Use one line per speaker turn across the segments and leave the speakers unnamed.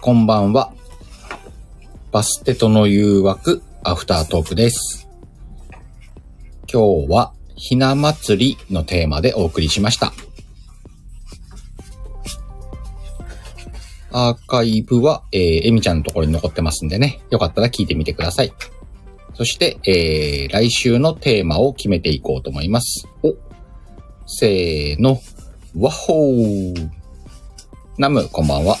こんばんは。バステとの誘惑、アフタートークです。今日は、ひな祭りのテーマでお送りしました。アーカイブは、えー、えみちゃんのところに残ってますんでね。よかったら聞いてみてください。そして、えー、来週のテーマを決めていこうと思います。おせーの。わほーナム、こんばんは。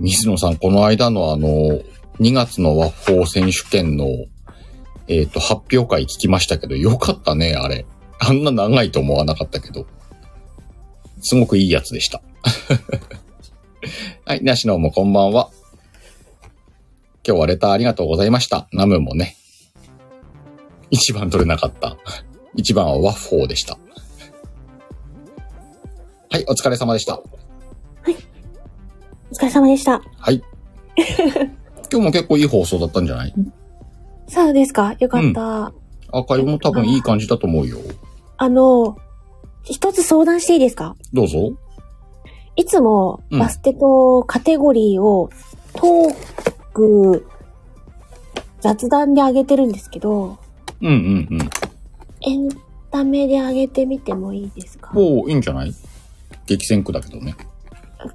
水野さん、この間のあの、2月の和法選手権の、えっ、と、発表会聞きましたけど、よかったね、あれ。あんな長いと思わなかったけど。すごくいいやつでした。 はい、なしのもこんばんは。今日はレターありがとうございました。ナムもね。一番取れなかった。一番はワッフォーでした。はい、お疲れ様でした。
お疲れ様でした。
はい。 今日も結構いい放送だったんじゃない
そうですかよかった。
アーカイブも多分いい感じだと思うよ。
あの、一つ相談していいですか
どうぞ。
いつも
うん
バステとカテゴリーをトーク、雑談で上げてるんですけど、
うんうんうん。
エンタメで上げてみてもいいですか
おういいんじゃない激戦区だけどね。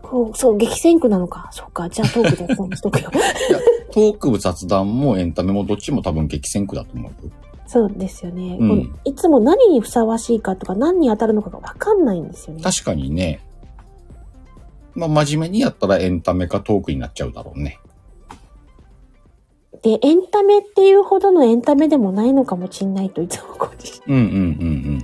こうそう、激戦区なのか。そっか。じゃあトーク雑談にしと くよ。
トーク部雑談もエンタメもどっちも多分激戦区だと思うよ。
そうですよね、
うん
このいつも何にふさわしいかとか何に当たるのかがわかんないんですよね。
確かにね。まあ、真面目にやったらエンタメかトークになっちゃうだろうね。
で、エンタメっていうほどのエンタメでもないのかもしんないといつもこうです
うんうんうんうん。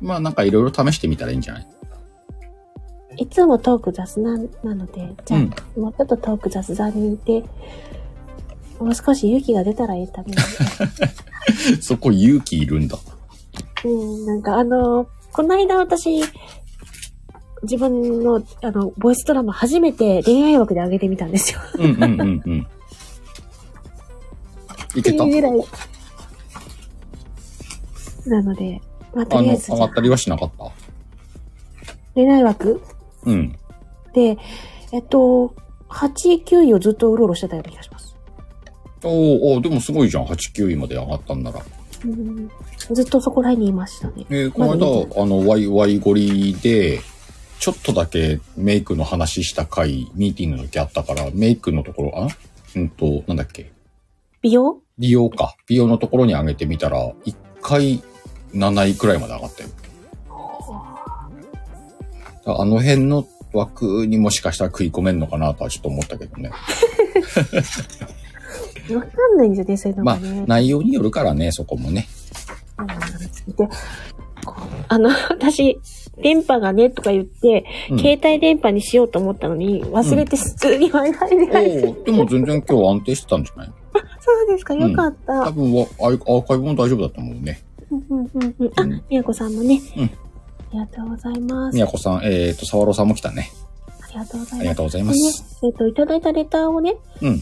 まあなんかいろいろ試してみたらいいんじゃない
いつもトーク雑談なので、じゃあ、
うん
もうちょっとトーク雑談にいて、もう少し勇気が出たらエンタメに。
そこ勇気いるんだ。
うん、なんかあのこの間私、自分の、あの、ボイスドラマ初めて恋愛枠で上げてみたんですよ。っ
うんうんうんうん。い
て
け
い
た
うぐらい。なので、まあ、と
あ
りあえ
の、
ず
上、がったりはしなかった
恋愛枠
うん。
で、えっと、8、9位をずっとうろうろしてたような気がします。
おーおーでもすごいじゃん。8、9位まで上がったんなら。
うん、ずっとそこら辺にいましたね。
えーこの間、あの、ワイ、ワイゴリで、ちょっとだけメイクの話した回、ミーティングの時あったから、メイクのところ、あうんと、なんだっけ。
美容
美容か。美容のところに上げてみたら、1回7位くらいまで上がったよ。あの辺の枠にもしかしたら食い込めんのかなとはちょっと思ったけどね。
わかんないんですよね、そういうの
まあ
がね。、
内容によるからね、そこもね。
うんでこうあの、私、電波がね、とか言って、
うん
携帯電波にしようと思ったのに、忘れて普通に Wi-Fi で
お
入って、
おでも全然今日安定してたんじゃない
そうですか、よかった。
多分はアイアーカイブも大丈夫だと思うね。
うんうんうんうん
う
あ
ん、
みやこさんもね、
うん
ありがとうございます。
み
あ
やこさん、えっ、と、さわろさんも来たね。
りがとうござ
あり
いま
が
す。
とうござい
で
ま
ね
す。、
えっ、と、いただいたレターをね、
うん
あ。の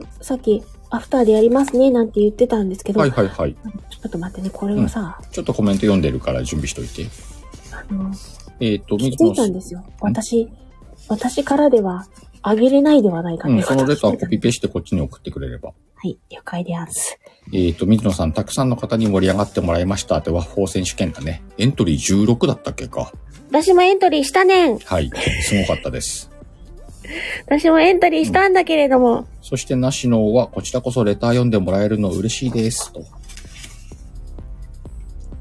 ーさっき、アフターでやりますね、なんて言ってたんですけど、
はいはいはい。
ちょっと待ってね、これはさ、
ちょっとコメント読んでるから準備しといて。
あのー
えっ、と、
気
み
づいたんですよ。私、私からでは、あげれないではないか
う
とい
ん、
うこ
そ
と
のレター
は
をコピペしてこっちに送ってくれれば。
い、了解でやんす。
えっ、と、水野さん、たくさんの方に盛り上がってもらいましたって、和法選手権だね。エントリー16だったっけか。
私もエントリーしたねん
はい。すごかったです。
私もエントリーしたんだけれども、
そして、なしのは、こちらこそレター読んでもらえるの嬉しいです。と。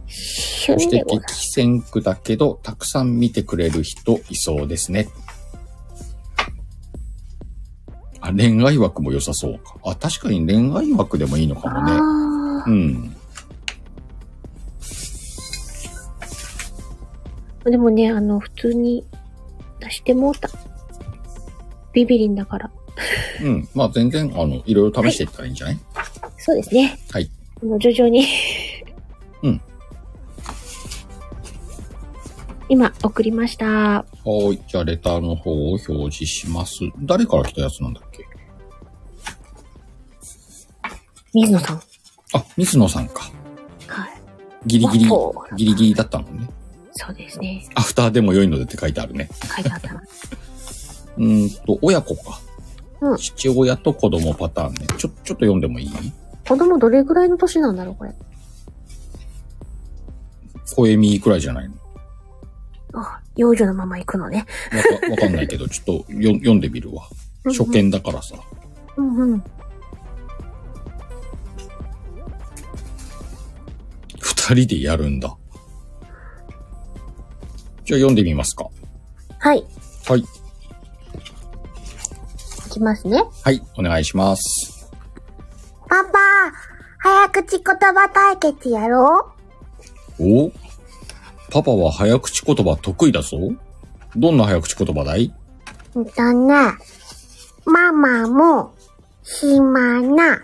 旬
そし
で
て、
ござい
激
ます。
戦区だけど、たくさん見てくれる人いそうですね。あ、恋愛枠も良さそうか。あ、確かに恋愛枠でもいいのかもね。
あ
うん。
ーでもね、あの、普通に出してもうた。ビビリンだから。
うん。まあ全然、あの、いろいろ試していったらいいんじゃない、
そうですね。
はい。。
もう徐々に
うん。
今、送りました。
はーい。じゃあ、レターの方を表示します。誰から来たやつなんだっけ
水野さん。
あ、水野さんか。
はい。
ギリギリ
和法、
ギリギリだったのね。
そうですね。
アフターでも良いのでって書いてあるね。
書いてあったな。
うーんと、親子か。
うん
父親と子供パターンね。ちょ、ちょっと読んでもいい
子供どれぐらいの年なんだろう、これ。
声見くらいじゃないの
あ、幼女のまま行くのね。
わか わかんないけど、ちょっとよ読んでみるわ。
うんうん
初。見だからさ。
うんうん。
二人でやるんだ。じゃあ読んでみますか。
はい。
はい。
行きますね。
はい、お願いします。
パパ、早口言葉対決やろ
おパパは早口言葉得意だぞ。どんな早口言葉だいう
うんとね、ママも暇な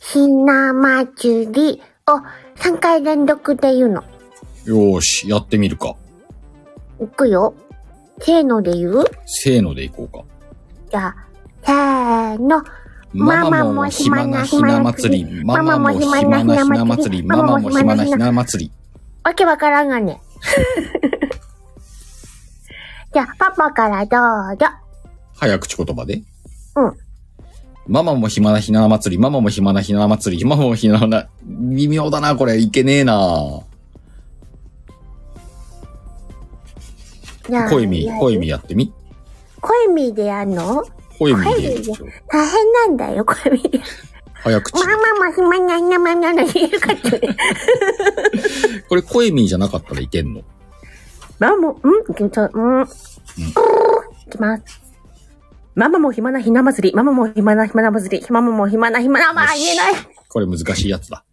ひな祭りを3回連続で言うの。
よーし、やってみるか。
いくよ。せーので言う
せーのでいこうか。
じゃあ、せーの。
ママも暇なひな祭り。マ
マ
マ
マ
も
も
暇
暇
な
な
ひ
ひ
な
な
祭
祭
り。
り
ママも暇なひな祭り。
わけわからん がね。じゃあ、パパからどうぞ。
早口言葉で。
うん。
ママも暇なひな祭り。ママも暇なひな祭り。ママも暇な、微妙だな、これ。いけねえな。
じゃあ、
恋み
や、る
恋みやってみ。
恋みでやんの
恋みでいいよ。
大変なんだよ、恋みで。
早口
マ。マも暇なひな祭りの言えるかって。
これ恋みじゃなかったらいけんの。
ママも、んちょ、うん。いきます。ママも暇なひな祭り、ママも暇なひな祭り、ママも暇なひな、まあ言えない。
これ難しいやつだ。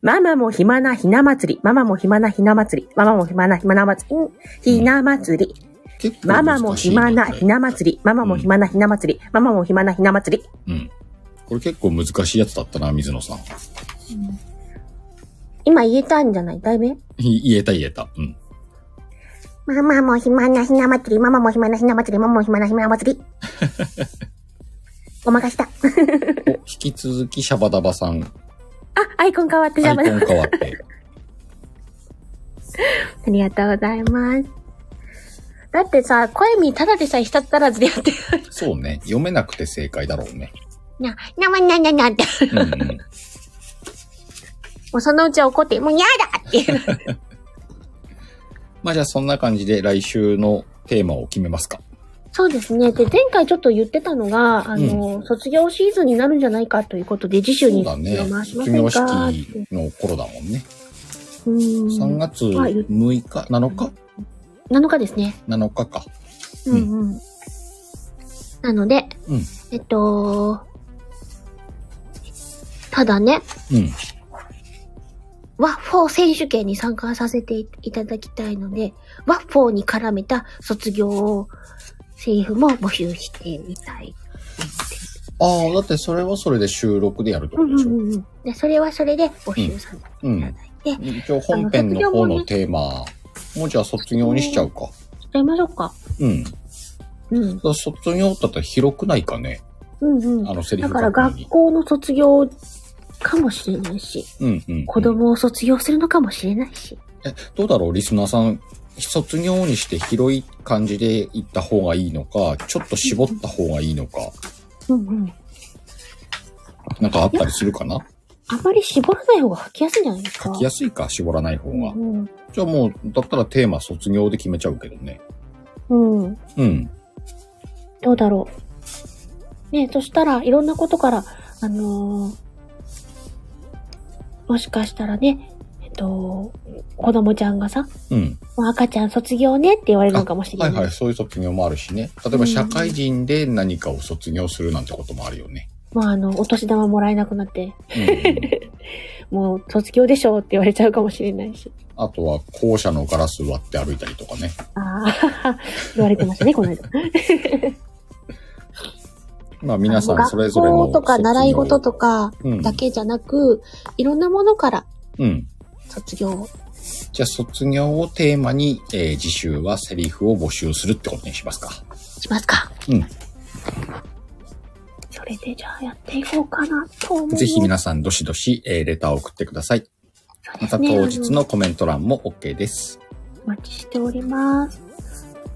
ママも暇なひな祭り、ママも暇なひな祭り、ママも暇なひな祭り、うんひな祭り、
結構
ママ
難
も
しいね
暇なひな祭り、ママも暇なひな祭り、ママも暇なひな祭り。
うん。これ結構難しいやつだったな、水野さん。
今言えたんじゃないだいぶ
い言えた言えた。うん。
ママも暇なひな祭り、ママも暇なひな祭り、ママも暇なひな祭 り。ごまかした。
お引き続きシャバダバさん、
あ、アイコン変わって
ア
邪
イ
魔だ。
コン変わって。
ありがとうございます。
だってさ、声にただでさえたたらずでやってる。
そうね。読めなくて正解だろ うね。
な、なまなななって。
うんうん。
もうそのうち怒って、もうやだっていう。
まあじゃあそんな感じで来週のテーマを決めますか。
そうですね。で、前回ちょっと言ってたのが、あの、卒業シーズンになるんじゃないかということで、次週
そう
に
だね
回し。ま
卒
せん
業
か
式
って
の頃だもんね。
うー
3
ん。
月6日、7日
7日ですね。
?7 日か。
うんうん。なので、
うん
えっと、ただね、
うん。
ワッフォー選手権に参加させていただきたいので、ワッフォーに絡めた卒業セリフも募集してみたい。
ああ、だってそれはそれで収録でやるってことでしょ。
うんうん。で、それはそれで募集させて
う
いただい
ん。
て、
一応本編の方のテーマもじゃあ卒業にしちゃうか。
しちゃいましょうか。
うん。
うん。
卒業だったら広くないかね。
うんうん。
あのセリ
だ
フ
から
書くのに
学校の卒業かもしれないし、
うんうんうん。
子供を卒業するのかもしれないし。
え、どうだろうリスナーさん、卒業にして広い感じで行った方がいいのか、ちょっと絞った方がいいのか、
うんうん。
なんかあったりするかな
あまり絞らない方が書きやすいんじゃないですか。
書きやすいか、絞らない方が。
うん
じゃあもう、だったらテーマ卒業で決めちゃうけどね。
うん。うん。
うん。
どうだろう。ねそしたらいろんなことから、あのーもしかしたらね、えっと、子供ちゃんがさ、
うん。
もう赤ちゃん卒業ねって言われるのかもしれな。
はいいはい、そういう卒業もあるしね。例えば社会人で何かを卒業するなんてこともあるよ ね。
もうあの、お年玉もらえなくなって、
うんうん。
もう卒業でしょって言われちゃうかもしれないし。
あとは校舎のガラス割って歩いたりとかね。
ああ、 言われてましたね、この間。
まあ 皆さんそれ
学
ぞれの。
校とか習い事と
か
かだけじゃなく、いろんなものから
うん。うん。
卒業。
じゃあ、卒業をテーマに、えー次週はセリフを募集するってことにしますか。
しますか。
それでじゃあやっていこうかなと思う。
ぜひ皆さん、どしどし、えーレターを送ってください。また当日のコメント欄も OK です。
お待ちしております。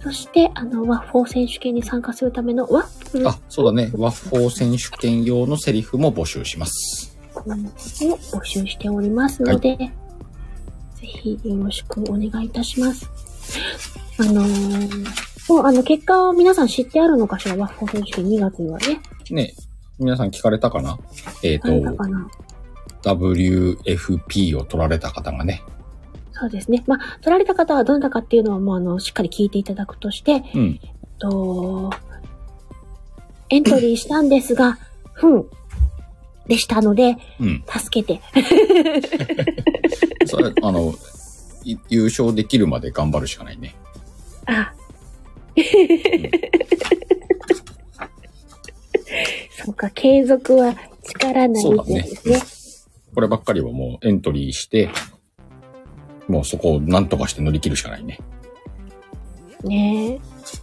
そして、あの、ワッフォー選手権に参加するためのワッフルを
あ、そうだね。ワッフォー選手権用のセリフも募集します。
募集しておりますので、ぜひよろしくお願いいたします。あのーもうあの、結果を皆さん知ってあるのかしらワッフォー選手権2月にはね、
ね、皆さん聞かれたかなえっ、
あったか
と、
な。
WFP を取られた方がね。
そうですね。まあ、取られた方はどなたかっていうのは、もう、あの、しっかり聞いていただくとして、
うん。
と、エントリーしたんで すが、ふん、でしたので、
うん。
助けて。
それ、あの、い優勝できるまで頑張るしかないね。
あ、そうか、継続は力なり
そうだ
で
ね
すね。
こればっかりはもうエントリーして、もうそこをなんとかして乗り切るしかないね。
ねえ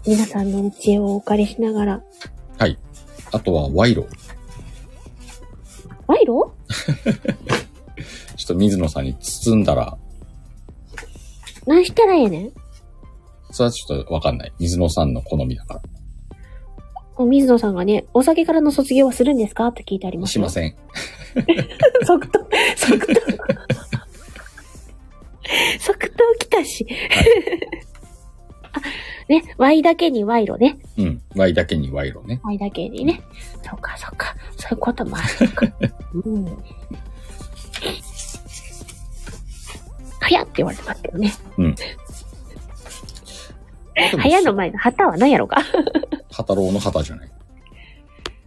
皆さんの知恵をお借りしながら。
はい。あとは賄賂。
賄賂
ちょっと水野さんに包んだら、
何したらええねん
それはちょっとわかんない。水野さんの好みだか
お水野さんがね、お酒からの卒業はするんですかって聞いてあり
ら。
ます
し
よ。
ません。
即答、即答。即答来たし。あ、ね、Y だけに賄賂ね。
うん。Y だけに賄賂ね。
Y だけにね。そっかそっか。そういうこともあるのか。うん。早って言われてますけどね。
あでも
早の前の旗は何やろうか。
旗郎の旗じゃない。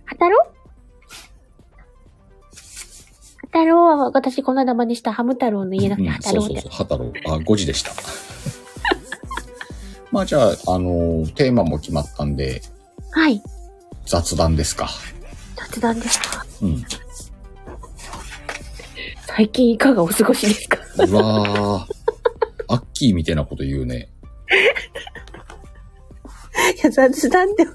旗ろ旗ろは私この間真似したハム太郎の家だっ
う
て
ん、
旗
そう
ろっ
そう
て
そう、。旗郎。あ、5時でした。 まあじゃあ、あのーテーマも決まったんで、
はい。
雑談ですか。
雑談ですか。
うん。
最近いかがお過ごしですか
うわー。アッキーみたいなこと言うね。
いや、雑談って、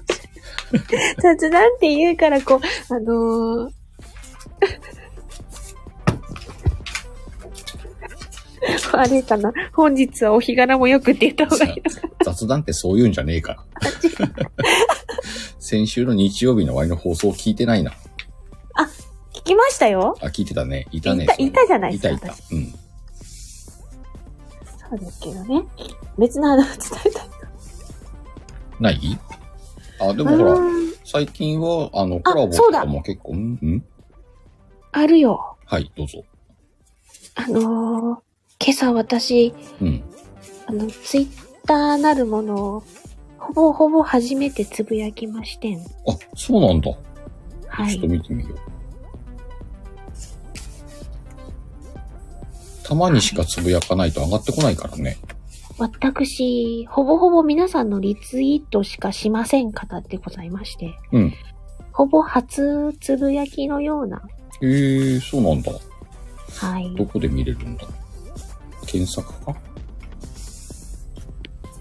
雑談って言うから、こう、あのー、 あれかな本日はお日柄もよくって言った方がいいのか。
雑談ってそういうんじゃねえ から。先週の日曜日のワイの放送聞いてないな。
聞きましたよ
あ、聞いてたね。いたね。
いた
そううの
いたじゃない
いた、い
ですか
た。うん。
そうですけどね。別の話伝えたい。
ないあ、で
で
もほら、最近は、あの、コラボ
そ
と
うだ
かも結構、うんうん
あるよ。
はい、どうぞ。
あのー、今朝私、
うん。
あの、ツイッターなるものを、ほぼほぼ初めてつぶやきましてん。
あ、そうなんだ。
は
ちょっと
い。
見てみよう。たまにしかつぶやかないと上がってこないからね。
私、ほぼほぼ皆さんのリツイートしかしません方でございまして、
うん。
ほぼ初つぶやきのような、
へえー、そうなんだ。
はい。
どこで見れるんだ検索か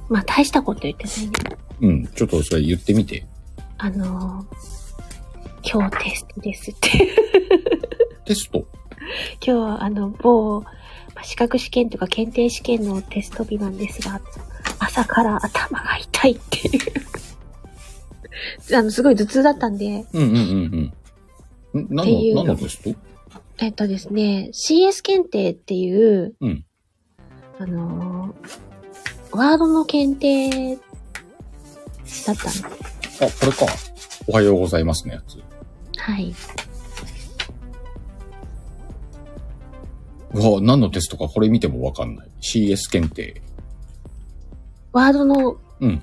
まあ、大したこと言ってないね。
うん。ちょっとそれ言ってみて。
あのー今日テストですって。
テスト。
今日は、あの、某、まあ資格試験とか検定試験のテスト日なんですが、朝から頭が痛いっていう。 あの、すごい頭痛だったんで、
うんうんうんうん。ん
って
何
いう
の、何のテスト
えっとですね、CS 検定っていう、
うん
あのーワードの検定だったの。
あ、これか。おはようございますのやつ。
はい。
うわ、何のテストかこれ見てもわかんない。CS 検定。
ワードの、
うん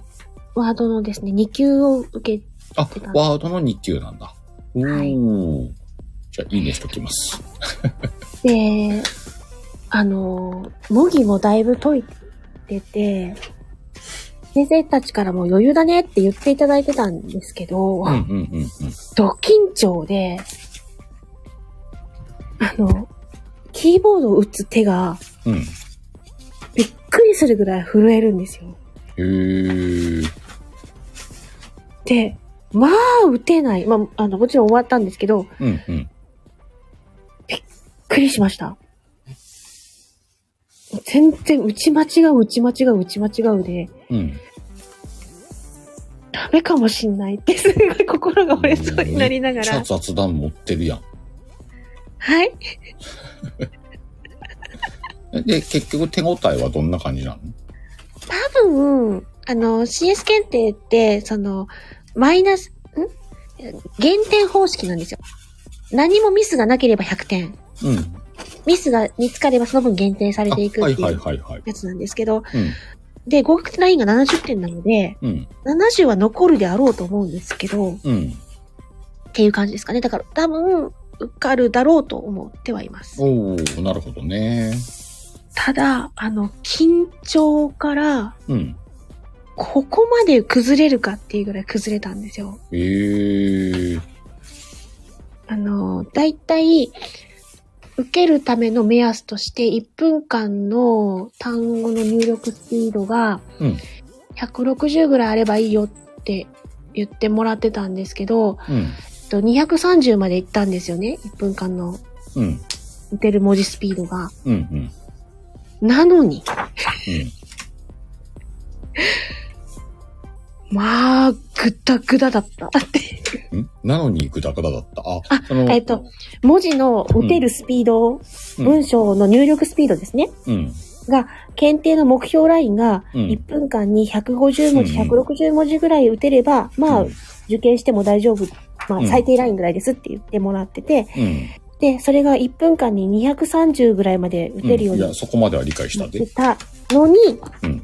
ワードのですね、2級を受け、
あ
出た、
ワードの2級なんだ。おー。
はい
じゃあ、いいねしときます。
て、あのー模擬もだいぶ解いてて、先生たちからも余裕だねって言っていただいてたんですけど、
うんうんうんうん。
ド緊張で、あの、キーボードを打つ手が
うん。
びっくりするぐらい震えるんですよ。
へー。
で、まあ、打てない。まあ、あの、もちろん終わったんですけど、びっ
うんうん。
くりしました。全然、打ち間違う、打ち間違う、打ち間違うで、
うん。
れかもしんないって、すごい心が折れそうになりなが
めっちゃ
ら。
雑談持ってるやん。
はい。
で、結局手応えはどんな感じなの
多分、あの、CS 検定って、その、マイナス、ん減点方式なんですよ。何もミスがなければ100点。
うん。
ミスが見つかればその分減点され
あ
ていく
は
っ
い
てい
はいうはいはい。
やつなんですけど、
う
で、合格ラインが70点なので、
ん。うん。
70は残るであろうと思うんですけど、
うん。
っていう感じですかね。だから多分、受かるだろうと思ってはいます。
おー、なるほどね。
ただ、あの、緊張から、
うん。
ここまで崩れるかっていうぐらい崩れたんですよ。
えー。
あの、だいたい、受けるための目安として1分間の単語の入力スピードが
うん
160ぐらいあればいいよって言ってもらってたんですけど、
うん。
えっと230まで行ったんですよね。1分間の
うん。
打てる文字スピードが。
うん。うん。
なのに、
うん。
まあ、ぐだぐだだった。だって、
んなのにグダグダだった。あ、
あ
その
えっと、文字の打てるスピード、
うん
文。章の入力スピードですね。
うん。
検定の目標ラインが、
うん
1分間に150文字、
うん
160文字ぐらい打てれば、まあ
うん、
受験しても大丈夫。ま
うん
あ、最低ラインぐらいですって言ってもらってて、
うん。
で、それが1分間に230ぐらいまで打
うん
てるよう
い
に
や、そこまでは理解し
な
た
っ
で
て。たのに、
うん。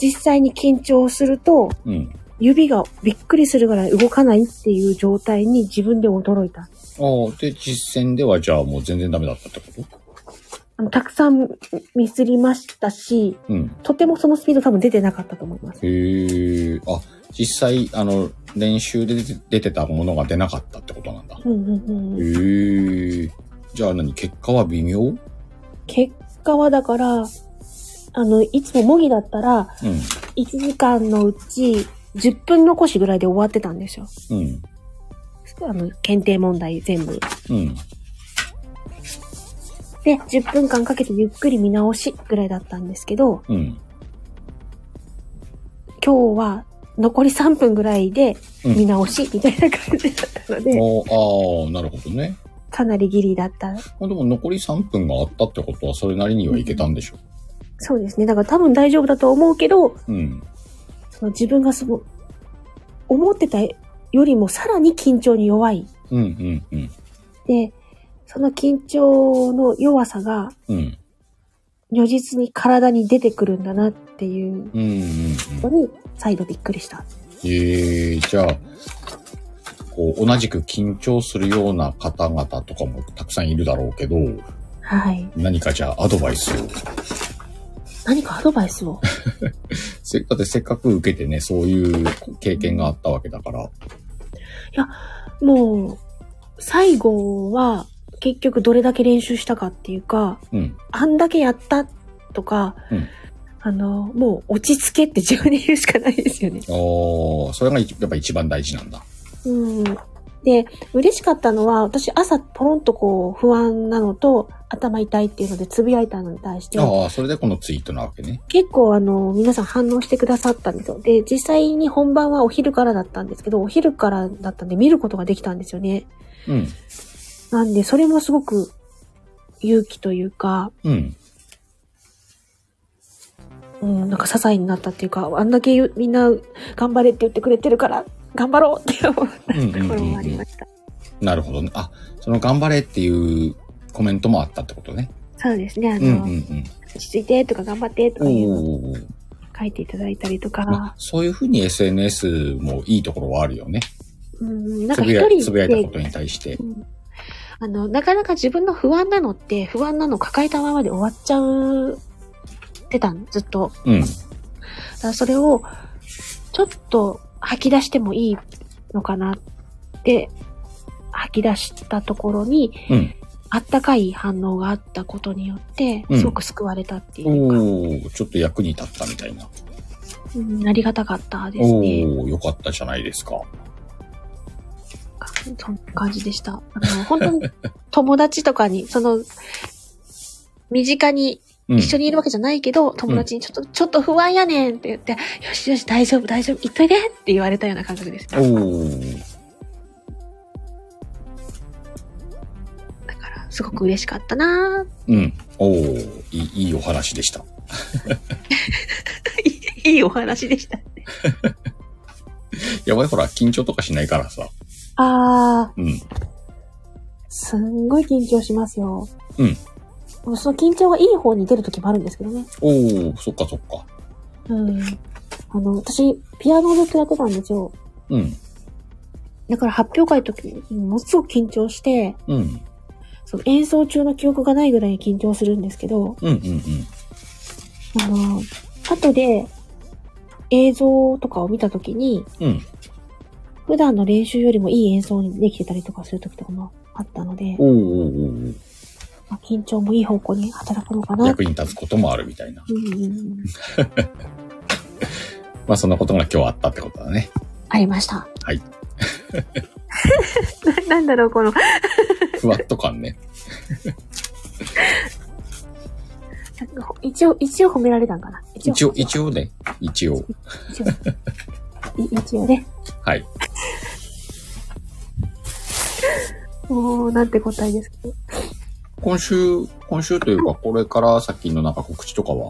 実際に緊張すると、
うん。
指がびっくりするぐらい動かないっていう状態に自分で驚いた。
ああ、で、実践ではじゃあもう全然ダメだったってこと
あのたくさんミスりましたし、
うん。
とてもそのスピード多分出てなかったと思います。
へえ。あ、実際、あの、練習で出て出てたものが出なかったってことなんだ。
うんうんうん。
へえ。じゃあ何結果は微妙うん。
結果はだから、あの、いつも模擬だったら、1時間のうち10分残しぐらいで終わってたんですよ。
うん。
あの、検定問題全部。
うん。
で、10分間かけてゆっくり見直しぐらいだったんですけど、
うん。
今日は残り3分ぐらいで見直しみたいな感じだったので、
おああ、なるほどね。
かなりギリだった。
まあでも残り3分があったってことはそれなりにはいけたんでしょ
そうですね。だから多分大丈夫だと思うけど、
う。うん。
その自分がその、思ってたよりもさらに緊張に弱い。
うんうんうん。
で、その緊張の弱さが、
うん。
如実に体に出てくるんだなっていう
うんうんう
の
ん。
に、再度びっくりした。
ええじゃあ、こう、同じく緊張するような方々とかもたくさんいるだろうけど、
はい。
何かじゃあアドバイスを
何かアドバイスを。
せだってせっかく受けてね、そういう経験があったわけだから。
もう、最後は、結局どれだけ練習したかっていうか、
うん。
あんだけやったとか、
うん
あの、もう落ち着けって自分で言うしかないですよね。
おー、それがいやっぱ一番大事なんだ。
うん。で、嬉しかったのは、私朝ポロンとこう不安なのと頭痛いっていうのでつぶやいたのに対して、
ああ、それでこのツイートなわけね。
結構あの、皆さん反応してくださったんですよ。で、実際に本番はお昼からだったんですけど、お昼からだったんで見ることができたんですよね。
うん。
なんで、それもすごく勇気というか、
うん。
うん、なんか支えになったっていうか、あんだけ言うみんな頑張れって言ってくれてるから、頑張ろうって思っ
う
た
んう
と
ん
こ
う
ろ
ん
もあ
う
り
ん
ま。した。
なるほどね。あ、その頑張れっていうコメントもあったってことね。
そうですね、あ
うん
の、
うんうん。
落ち着いてとか頑張ってとかいうのを
おー。
書いていただいたりと
まあ
か、、
そういうふうに SNS もいいところはあるよね。
うん、なん
つ
か
ぶ
一
やつ
人
ぶやいたこと
で、
に対して
う。んあの、なかなか自分の不安なのって、不安なの抱えたままで終わっちゃう、てたん、ずっと。
うん。
だからそれを、ちょっと吐き出してもいいのかなって、吐き出したところに、
うん。
あったかい反応があったことによって、
うん
すごく救われたっていうか、
おー、ちょっと役に立ったみたいな。
うんありがたかったです
お
ね。
ー、よかったじゃないですか。
そんな感じでした。あの、本当に友達とかに、その、身近に
うん。
一緒にいるわけじゃないけど、友達にちょっと、ちょっと不安やねんって言って、よしよし、大丈夫、大丈夫、行っといでって言われたような感覚です。だか
おー。
ら、すごく嬉しかったなぁ
うん。おー。いい、いいお話でした。
いいお話でした。
やばい、ほら、緊張とかしないからさ。
あ
うん。
ー、すんごい緊張しますよ。
うん。
もうその緊張がいい方に出る時もあるんですけどね。
おー、そっかそっか。
うん。あの、私、ピアノをずっとやってたんですよ。
うん。
だから発表会の時にものすごく緊張して、
うん。
その演奏中の記憶がないぐらい緊張するんですけど、
うんうんうん。
あの、後で映像とかを見た時に、
うん。
普段の練習よりもいい演奏にできてたりとかする時とかもあったので
お、ーおーおー
まあ緊張もいい方向に働くのか
おー。
な。
役に立つこともあるみたいな。
うんうんうん、
まあ、そんなことが今日あったってことだね。
ありました。
はい。
な なんだろう、この、
ふわっと感 ね。
一応、一応褒められたんかな。
一応、
応。
一応ね。一応。
一応い一応ね。
はい。
もう、なんて答えですけど。
今週、今週というか、これから先のなんか告知とかは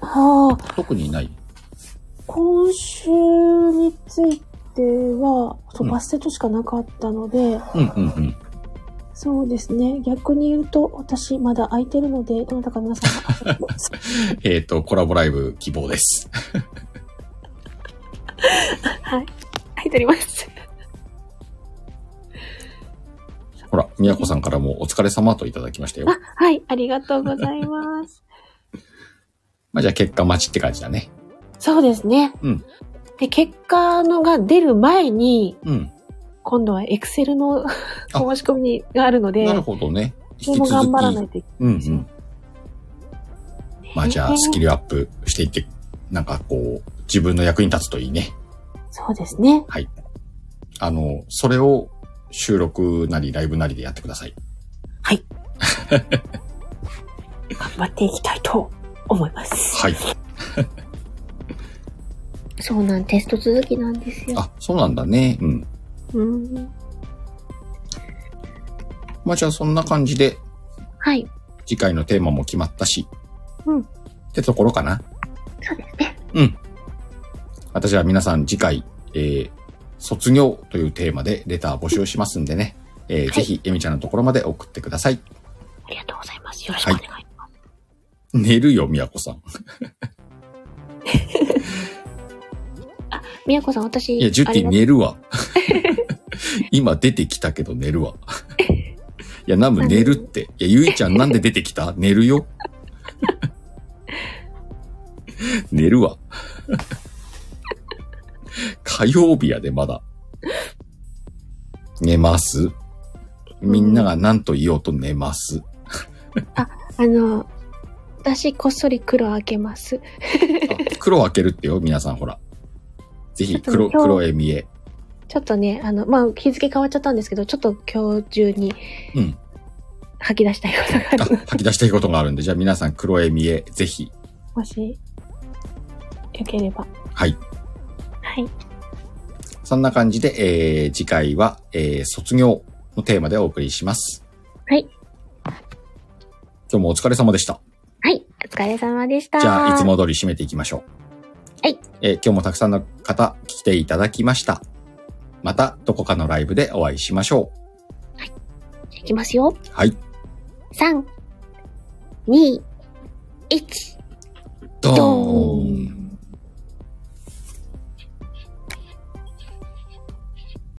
はあ、
特にない
今週については、そううんバステとしかなかったので、
うんうんうん。
そうですね。逆に言うと、私、まだ空いてるので、どなたか皆 さんが。
えっ、と、コラボライブ希望です。
はい。空いております。
ほら、みやこさんからもお疲れ様といただきましたよ。
あ、はい。ありがとうございます。
まあ、じゃあ結果待ちって感じだね。
そうですね。
うん
で、結果のが出る前に、
うん。
今度は Excel の お申し込みがあるので、
なるほどね。
そ
引き
れも
続き。
頑張らないといけ
うんうん。
ない。
まあ、じゃ
ね
あスキルアップしていって、なんかこう、自分の役に立つといいね。
そうですね。
はい。あの、それを収録なりライブなりでやってください。
頑張っていきたいと思います。
はい。
そうなん、テスト続きなんですよ。
あ、そうなんだね。うん。
うん。
まあ、じゃあそんな感じで、
はい。
次回のテーマも決まったし。
うん
ってところかな。
そうですね。
私は皆さん次回、えー、卒業というテーマでレター募集しますんでね、えー
い
ぜひ、エミちゃんのところまで送ってください。
ありがとうございます。よろしくお願いします。
寝るよ、みやこさん。
みやこさん、私、
いや、ジュ
あ
ティ
りがとう
寝るわ。 今出てきたけど寝るわ。いや、ナム寝るって。 いや、ゆいちゃんなんで出てきた寝るよ。 寝るわ。 火曜日やで、まだ。寝ますみんなが何と言おうと寝ます。
あの、私、こっそり黒開けます。
あ黒開けるってよ、皆さん、ほら。ぜひ、黒、
ちょっと今
黒えみえ。
ちょっとね、あの、まあ、日付変わっちゃったんですけど、ちょっと今日中に
うん。
吐き出したいことがある
あ、吐き出したいことがあるんで、じゃあ皆さん、黒えみえ、ぜひ。
もし、よければ。
はい。
はい。
そんな感じで、えー、次回は、えー、卒業のテーマでお送りします。
はい。
今日もお疲れ様でした。
はい。お疲れ様でした。
じゃあ、いつ。も通り締めていきましょう。
はい。
えー、今日もたくさんの方、来ていただきました。また、どこかのライブでお会いしましょ
いきますよ。
う。はい。
3、2、1。